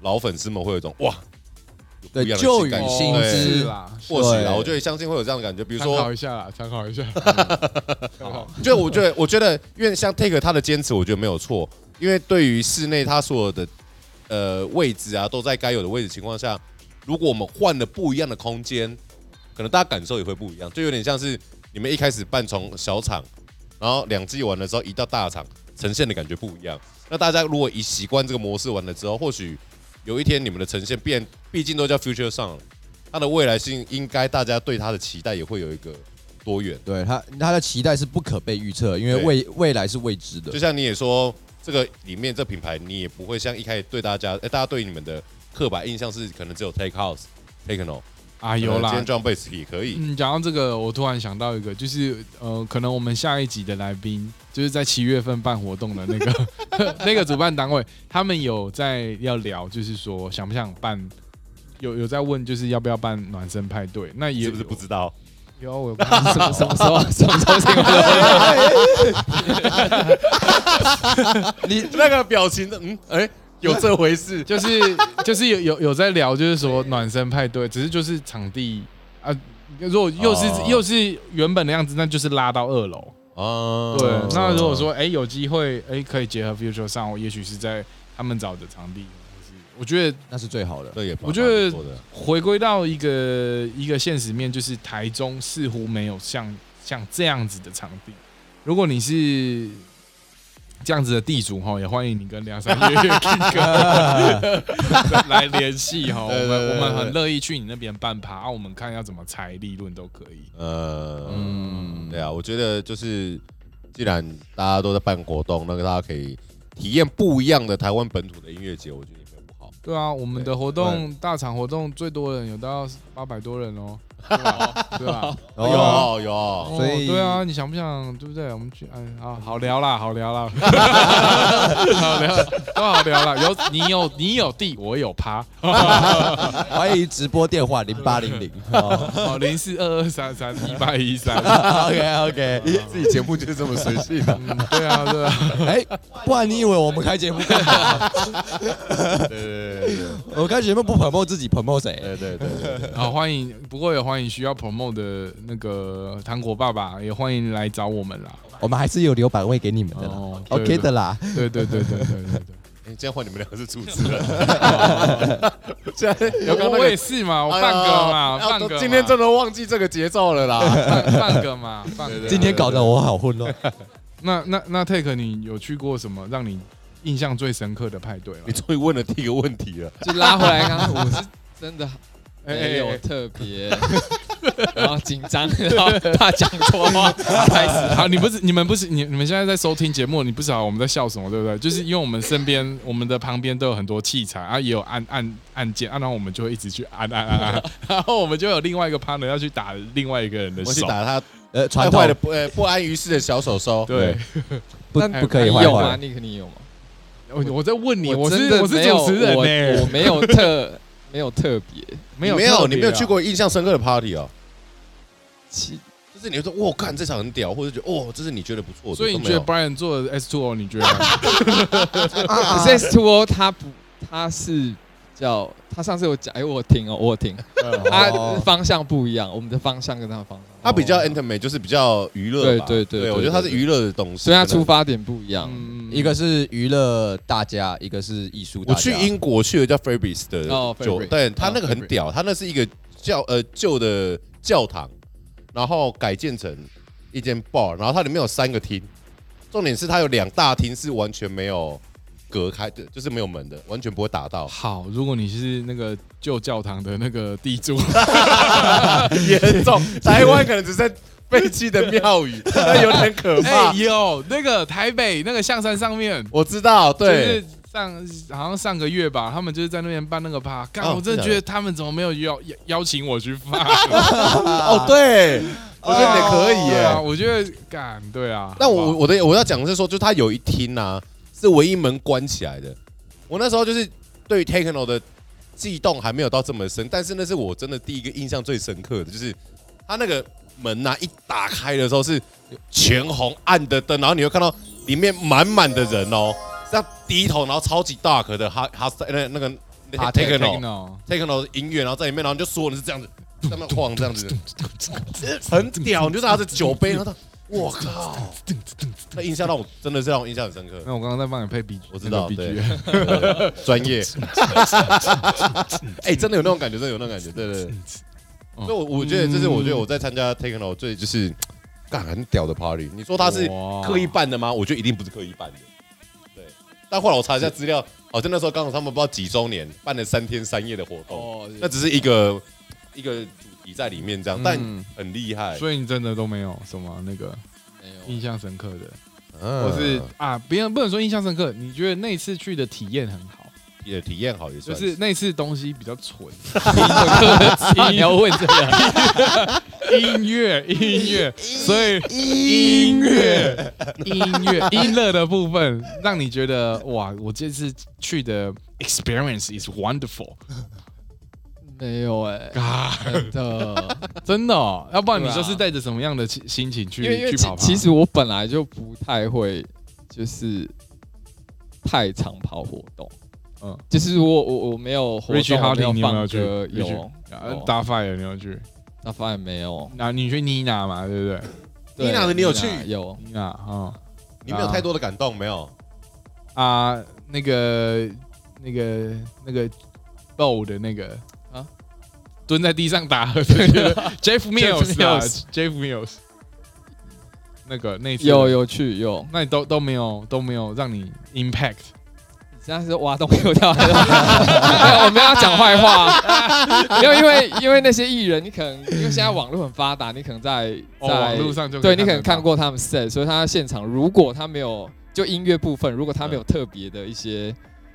S3: 老粉丝们会有一种哇，有不一样的
S5: 对
S3: 情感
S5: 旧与
S4: 哦
S5: 新
S3: 对
S5: 知
S4: 是啦，
S3: 或许啦，
S5: 对
S3: 我就会相信会有这样的感觉。比如
S4: 参考
S3: 说，
S4: 一下啦，参考一下。 嗯好
S3: 就我觉得，我觉得，因为像 Take 他的坚持，我觉得没有错，因为对于室内他所有的呃位置啊，都在该有的位置情况下，如果我们换了不一样的空间，可能大家感受也会不一样，就有点像是你们一开始办从小场，然后两季完了之后移到大场，呈现的感觉不一样。那大家如果一习惯这个模式完了之后，或许有一天你们的呈现变，毕竟都叫 Future 上了，它的未来性应该大家对它的期待也会有一个多元。
S5: 对他他的期待是不可被预测，因为
S3: 对
S5: 未未来是未知的
S3: 就。像你也说，这个里面这品牌，你也不会像一开始对大家，哎、大家对你们的刻板印象是可能只有 Take House、Take No，
S4: 啊，有啦
S3: 呃今天。John Bass 也可以，
S4: 嗯，讲到这个，我突然想到一个，就是呃，可能我们下一集的来宾，就是在七月份办活动的那个 那个主办单位，他们有在要聊，就是说想不想办，有有在问，就是要不要办暖身派对？那也
S3: 是不是不知道？
S4: 有啊，我有看？
S6: 什么什么时候什么时候新闻都会
S3: 你那个表情的，嗯，哎、有这回事
S4: 就是就是有有有在聊，就是说暖身派对，只是就是场地啊，如果又是、
S3: 哦
S4: 又是原本的样子，那就是拉到二楼。
S3: 啊
S4: 对，那如果说哎、有机会哎、可以结合 Future 上，我也许是在他们找的场地，或是我觉得
S5: 那是最好的。
S3: 这也蛮
S4: 我觉得
S3: 蛮不错的
S4: 回归到一个一个现实面，就是台中似乎没有像像这样子的场地。如果你是这样子的地主哈，也欢迎你跟梁山月月 King 哥 来联系哈，我
S3: 对对
S4: 们
S3: 对
S4: 我
S3: 对
S4: 们很乐意去你那边办趴，啊我们看要怎么裁利润都可以。
S3: 呃，
S5: 嗯
S3: 对啊，我觉得就是，既然大家都在办活动，那个大家可以体验不一样的台湾本土的音乐节，我觉得也没有不好。
S4: 对啊，我们的活动大场活动最多人有到八百多人哦，对吧？对吧？
S5: 哦，
S3: 有 有，
S5: 所以
S4: 哦对啊，你想不想？对不对？我们去，哎啊，好聊啦，好聊啦，好聊，都好聊啦。有你有你有地，我有趴。
S5: 欢迎直播电话零八 零零。
S4: 哦，零四二二三三一八一三。
S5: OK OK，
S3: 自己节目就是这么随性的。
S4: 嗯，对啊，对啊，
S5: 哎，不然你以为我们开节目干嘛？
S3: 对对对对
S5: 我们开节目不 promote 自己，promote 谁？
S3: 对对对对。
S4: 好欢迎，不过也欢迎需要 promote 的那个糖果爸爸，也欢迎来找我们啦。
S5: 我们还是有留版位给你们的啦
S4: 哦对
S5: ，OK 的啦。
S4: 对对对对对对对。
S3: 哎，今天换你们两个是主持 人，现在有刚哎
S4: 我也是嘛，我半个嘛，半个嘛。
S3: 今天真的忘记这个节奏了啦。
S4: 半半个嘛，半个。
S5: 今天搞得我好混乱。
S4: 那那那 Take，你有去过什么让你印象最深刻的派对吗
S3: 你？终于问了第一个问题了，
S6: 就拉回来，刚刚我是真的
S4: 哎
S6: 没
S4: 哎哎
S6: 有特别，然后紧张，然后怕讲错话，开始
S4: 好，你不是你们不是你你们现在在收听节目，你不知道我们在笑什么，对不对？就是因为我们身边我们的旁边都有很多器材啊，也有按按按键，啊，然后我们就会一直去按按按按，然后我们就有另外一个 partner 要去打另外一个人的
S3: 我去
S4: 手，
S3: 打他
S5: 呃，
S3: 太坏
S5: 传统
S3: 了不呃不安于世的小手手。
S4: 对，
S5: 不
S6: 但
S5: 不可以
S6: 你
S5: 坏
S6: 有吗？
S5: 坏。
S6: 你肯定有吗？
S4: 我我在问你，我
S6: 真
S4: 是
S6: 的
S4: 我是
S6: 没有
S4: 主持人欸
S6: 我
S4: 呢
S6: 我，没有特没有特别，
S4: 没有
S3: 没有，
S4: 特别啊
S3: 你没有去过印象深刻的 party 啊？
S6: 其
S3: 就是你会说，哇，看这场很屌，或者觉得，哦，这是你觉得不错的，
S4: 所以
S3: 都
S4: 你
S3: 没
S4: 觉得
S3: 有
S4: Brian 做的 S Two O，你觉得
S6: 可是 S Two O 它不，它是叫它上次有讲，哎，我有听哦，我有听，它
S3: 啊
S5: 哦
S6: 方向不一样，我们的方向跟它的方向不一样，
S3: 他比较 entertainment，就是比较娱乐吧？
S6: 对对对
S3: 对，
S6: 对
S3: 我觉得他是
S6: 对对
S3: 娱乐的东西。
S6: 所以它
S3: 可能
S6: 出发点不一样。
S4: 嗯，
S5: 一个是娱乐大家，一个是艺术
S3: 我
S5: 大家。
S3: 去英国去了叫 Fabrice 的
S6: 哦
S3: 酒，
S6: Fabrice
S3: 但他
S6: 哦
S3: 那个很
S6: Fabrice
S3: 屌，他那是一个教呃旧的教堂，然后改建成一间 bar，然后它里面有三个厅，重点是它有两大厅是完全没有隔开的，就是没有门的，完全不会打到
S4: 好？如果你是那个旧教堂的那个 地主，
S3: 哎严重。台湾可能只剩废弃的庙宇， 那有点可
S4: 哎
S3: 怕。
S4: 有那个台北那个象山上面，
S3: 我知道，对，
S4: 就是上好像上个月吧，他们就是在那边办那个趴，干、
S3: 哦
S4: 我真的
S3: 是
S4: 觉
S3: 的
S4: 得他们怎么没有邀邀邀请我去 放？
S3: 哦，对，我觉得你可以
S4: 对
S3: 耶
S4: 啊，。我觉得干对啊。
S3: 但哎我
S4: 好
S3: 我
S4: 吧
S3: 我的我要讲的是说，就它有一厅啊，是唯一门关起来的。我那时候就是对于 techno 的悸动还没有到这么深，但是那是我真的第一个印象最深刻的，就是它那个门呐、一打开的时候是全红暗的灯，然后你会看到里面满满的人哦，这样低头，然后超级大可的哈哈那那个那
S4: 啊
S3: techno
S4: techno
S3: techno 的音乐，然后在里面，然后你就所有人是这样子，这么晃这样子，很屌，你就拿着酒杯，然后他我靠，那印象让我真的是让我印象很深刻，
S4: 那我刚刚在帮你配 B，
S3: 我知道
S4: B
S3: 对
S4: G，
S3: 专业，哎，真的有那种感觉，真的有那种感觉，对对对。所以我我觉得这是我觉得我在参加 techno 最就是干很屌的 party，你说他是刻意办的吗？我觉得一定不是刻意办的，对。但后来我查一下资料，好像那时候刚好他们不知道几周年办了三天三夜的活动，
S6: 哦，
S3: 那只是一个一个主题在里面这样，但
S4: 嗯
S3: 很厉害。
S4: 所以你真的都没有什么那个
S6: 没有啊
S4: 印象深刻的，
S3: 我
S4: 或是啊，别人不能说印象深刻，你觉得那次去的体验很好，
S3: 也体验好，也
S4: 就
S3: 算
S4: 是那次东西比较 纯，
S6: 你要问这个，
S4: 音乐音乐，所以音乐音乐音乐的部分，让你觉得哇，我这次去的 experience is wonderful
S6: 没有哎，
S4: 啊，
S6: 真的，
S4: 真的哦，要不然你
S6: 对啊
S4: 就是带着什么样的心心情去
S6: 因为因为
S4: 去
S6: 其
S4: 跑趴？
S6: 其实我本来就不太会，就是太常跑活动，
S4: 嗯
S6: 嗯，就是我我我没有活
S4: Richie
S6: 动，我
S4: Harding 你有没有
S6: 放
S4: 去
S6: 歌，
S4: Richie-
S6: 有
S4: 啊
S6: 有
S4: 打 fire 你要去，
S6: 那发现没有，
S4: 那你去妮娜嘛，对不对？
S6: 对
S3: Nina 的你有去
S6: Nina 有，
S4: 妮娜啊
S3: 你没有太多的感动，没有。
S4: 啊，那个那个那个 bow 的那个啊
S6: 啊，
S4: 蹲在地上打的那 个 Jeff Mills 啊
S6: Mills
S4: ，Jeff Mills，那个那一次
S6: 有，有去有，
S4: 那你都都没有都没有让你 impact。
S6: 你现在是挖洞给我 跳，我们要讲坏话， 没有因为因为那些艺人，你可能因为现在网络很发达，你可能在
S4: 哦
S6: 在
S4: 网络上就可以
S6: 对你可能
S4: 看
S6: 看
S4: 得到
S6: 过他们 set，所以他现场如果他没有就音乐部分，如果他没有
S4: 嗯
S6: 特别的一些，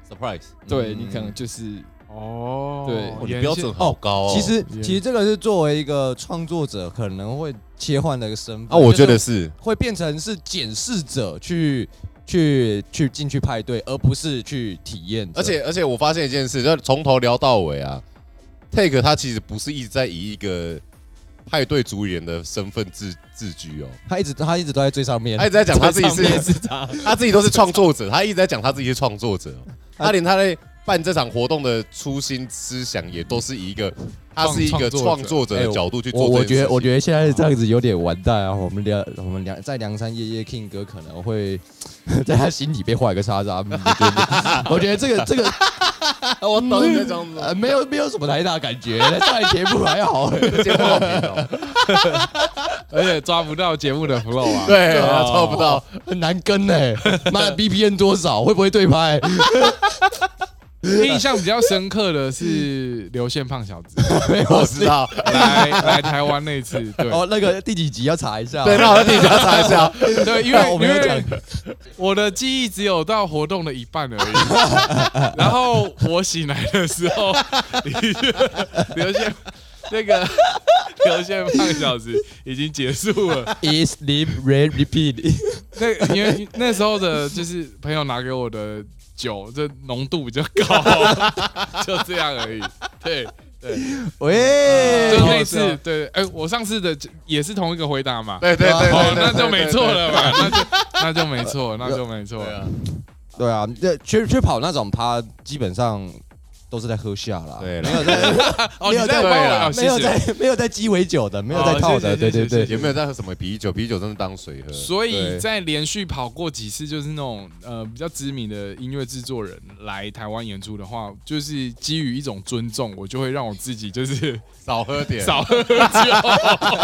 S3: surprise，
S6: 对
S5: 嗯
S6: 你可能就是
S4: 哦
S6: 对
S3: 我的标准好高哦。
S5: 其实
S4: 也
S5: 其实这个是作为一个创作者可能会切换的一个身份
S3: 啊，我觉
S5: 就是
S3: 得是
S5: 会变成是检视者去去去进去派对，而不是去体验者。
S3: 而且而且我发现一件事，就是从头聊到尾啊，Take 他其实不是一直在以一个派对主演的身份自自居哦，
S5: 他一直他一直都在最上面
S3: 他一，直在讲他自己
S6: 上面
S3: 是，
S6: 长
S3: 他自己都是创作者，他一直在讲他自己是创作者哦，他连他在办这场活动的初心思想也都是以一个他是一个创
S4: 创
S3: 作
S4: 作
S3: 者
S5: 哎
S3: 的
S5: 我
S3: 角度去做
S5: 我
S3: 这
S5: 我
S3: 件事
S5: 觉得
S3: 情
S5: 我觉得现在这样子有点完蛋啊！我们梁我们梁在梁山夜夜 King 哥可能会 在他心里被画一个叉叉，嗯我 觉得我觉得这个这个
S3: 我懂你在讲什
S5: 呃没有没有什么太大感觉，上来节目还好。
S3: 嗯么。
S4: 而且抓不到节目的 flow 啊。
S3: 对，他抽不到。
S5: 很难跟呢、妈的 BPN 多少？会不会对拍？
S4: 印象比较深刻的是刘宪胖小子
S5: 没有
S3: 我知。道。
S4: 来来台湾那次，对
S5: 哦，那个第几集要查一下。
S3: 对，那 我在自己家查一 下。
S4: 对，因为
S5: 我没有
S4: 因为
S5: 讲
S4: 我的记忆只有到活动的一半而 已。然后我醒来的时候，你刘宪那个流线半小时已经结 束了。
S6: Is live re repeat
S4: 那因为那时候的就是朋友拿给我的酒，这浓度比较 高，就这样而已。对。对，
S5: 喂，
S3: 啊
S4: 就那
S5: 好
S4: 次，对，哎、我上次的也是同一个回答嘛，
S3: 对对对对
S4: 哦，
S3: 对
S4: 那就
S3: 对
S4: 没
S3: 对
S4: 错
S3: 对
S4: 了嘛，那就那就没错，那就没错
S3: 对啊，
S5: 笑对啊，这去去跑那种趴，基本上都是在喝下啦，
S3: 对啦
S5: 没有在
S4: 哦，
S5: 没
S4: 你
S5: 有
S4: 在
S5: 在
S4: 帮
S3: 对
S4: 我，
S3: 啦
S4: 哦谢
S5: 没有
S4: 谢。
S5: 在没有在鸡尾酒的，没有在套的，
S4: 哦谢谢
S5: 对对
S4: 谢
S5: 对
S4: 谢
S3: 也没有在喝什么啤酒，啤酒真的当水喝。
S4: 所以
S5: 对
S4: 在连续跑过几次，就是那种呃比较知名的音乐制作人来台湾演出的话，就是基于一种尊重，我就会让我自己就是
S3: 少喝点，
S4: 少喝酒，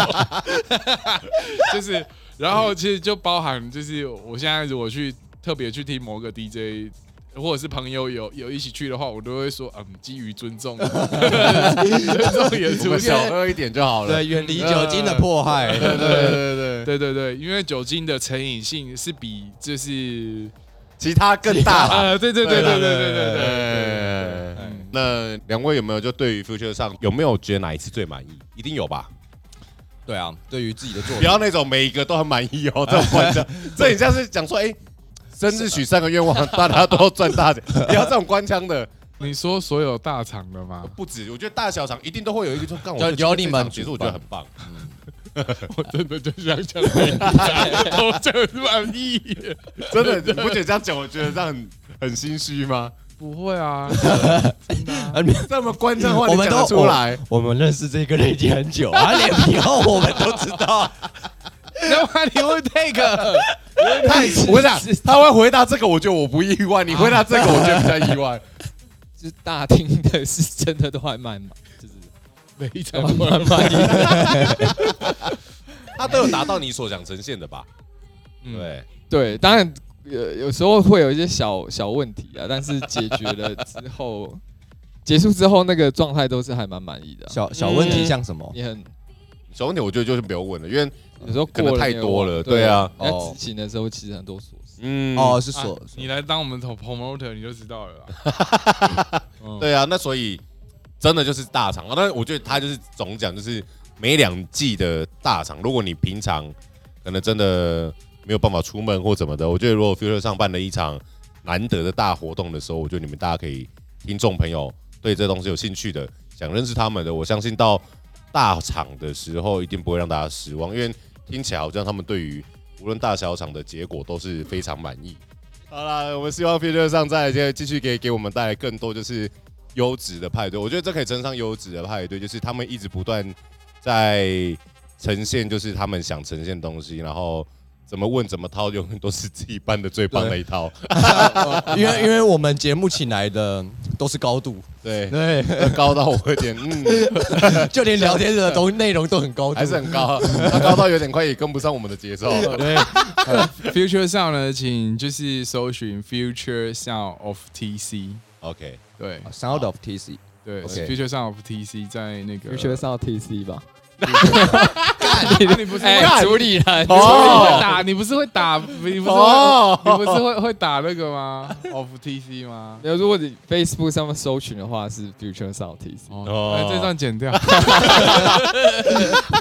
S4: 就是然后其实就包含就是我现在如果去特别去听某个 DJ。或者是朋友有有一起去的话，我都会说，嗯，基于尊重，尊重演
S3: 我
S4: 出
S3: 们
S4: 小
S3: 少喝一点就好了。
S5: 对，远离
S4: 呃
S5: 酒精的迫害，
S3: 对对对对对，
S4: 对对对，因为酒精的成瘾性是比就是
S3: 其他更大了。
S4: 啊，对对对对对对
S3: 哎
S4: 对对
S3: 对
S4: 嗯
S3: 那两位有没有就对于 future 上有没有觉得哪一次最满意？一定有吧？
S5: 对啊，对于自己的作
S3: 不要那种每一个都很满意哦，这种观 察，这你像是讲说，哎，生日许三个愿望，大家都赚大 钱，不要这种官腔的。
S4: 你说所有大厂的吗？
S3: 不止，我觉得大小厂一定都会有一个说，干我
S5: 有
S3: 就觉得
S5: 有你们
S3: 这场其实我觉得很棒。
S4: 我 真的就想讲每一家，我真的满意。
S3: 真的，你不觉得这样讲，我觉得这样很很心虚吗？
S4: 不会啊，真的啊
S5: 品。
S3: 这么官腔的话，
S5: 呃我
S3: 你
S5: 们
S3: 讲
S5: 都
S3: 得出来？
S5: 我们认识这个人已经很久，他脸皮厚，我们都知道。
S4: 要不然你会 take？
S3: 他， 我跟你讲，他会回答这个，我觉得我不意外；你回答这个，我觉得比较意 外。
S6: 就是大厅的是真的都还蛮满，就是
S4: 每一场
S6: 蛮蛮满意的。
S3: 他都有达到你所想呈现的吧？
S4: 嗯，
S3: 对，
S6: 对，当然有有时候会有一些小小问题啊，但是解决了之后，结束之后那个状态都是还蛮满意的啊、
S5: 小小问题像什么？
S6: 你很
S3: 小问题我觉得就是不用问了，因为
S6: 有时候
S3: 可能
S6: 过了
S3: 太
S6: 那个
S3: 多
S6: 网
S3: 了
S6: 对
S3: 对啊
S6: 要
S5: 哦
S6: 执行的时候其实很多琐事。
S3: 嗯，
S5: 哦，
S3: 哦，
S5: 是所
S4: 啊你来当我们头 promoter 你就知道 了啦。嗯
S3: 对啊，那所以真的就是大厂，但是我觉得他就是总讲就是每两季的大厂，如果你平常可能真的没有办法出门或怎么的，我觉得如果 Future 上办了一场难得的大活动的时候，我觉得你们大家可以听众朋友对这东西有兴趣的，想认识他们的，我相信到大厂的时候一定不会让大家失望，因为听起来好像他们对于无论大小厂的结果都是非常满意。好啦，我们希望 Future 上再再继续给给我们带来更多就是优质的派对，我觉得这可以称上优质的派对，就是他们一直不断在呈现，就是他们想呈现的东西，然后怎么问怎么掏，永远都是自己办的最棒的一 套。
S5: 以，因为因为我们节目请来的都是高度，
S3: 对，
S5: 对，
S3: 高到我有点嗯，
S5: 就连聊天的东内容都很高度，
S3: 还是很高，他高到有点快也跟不上我们的节 奏。
S5: 对
S4: 呃 Future Sound 呢，请就是搜寻 Future Sound of TC，
S3: OK，
S4: 对
S5: Sound of TC，
S4: 对
S5: OK
S4: ，Future Sound of TC 在那个
S6: Future 上 TC 吧，
S4: 啊你不是
S6: 哎、
S4: 会
S6: 主理人，
S4: 哦，你会打你不是会打，你不是
S3: 哦
S4: 会，你不是会会打那个吗？Off TC 吗？
S6: 没有，如果你 Facebook 上面搜寻的话是 Future 上 TC，
S4: 哦，哎这段剪掉。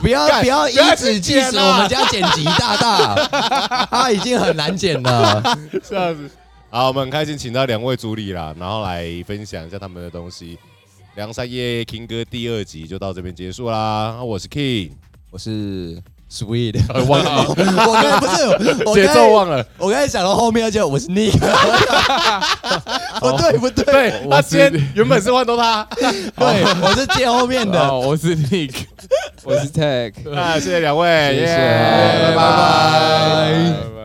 S5: 不要不要以指计
S3: 剪
S5: 时，
S3: 啊
S5: 我们家剪辑大大， 他已经很难剪了。
S3: 这样子。好，我们很开心请到两位主理啦，然后来分享一下他们的东西。梁山夜 King 哥第二集就到这边结束啦，啊我是 King，
S5: 我是 Sweet，
S3: 呃忘了
S5: 我刚才不是我刚才
S3: 节奏忘了。
S5: 我刚才想到后面要叫我是 Nick，不对不对，
S3: 对，他今天原本是换到他。
S5: 对我是接后面的。
S4: 哦，我是 Nick，
S6: 我是 Tech。
S3: 那谢谢两位，
S6: 谢谢
S3: 耶拜拜。
S6: 拜
S5: 拜
S4: 拜拜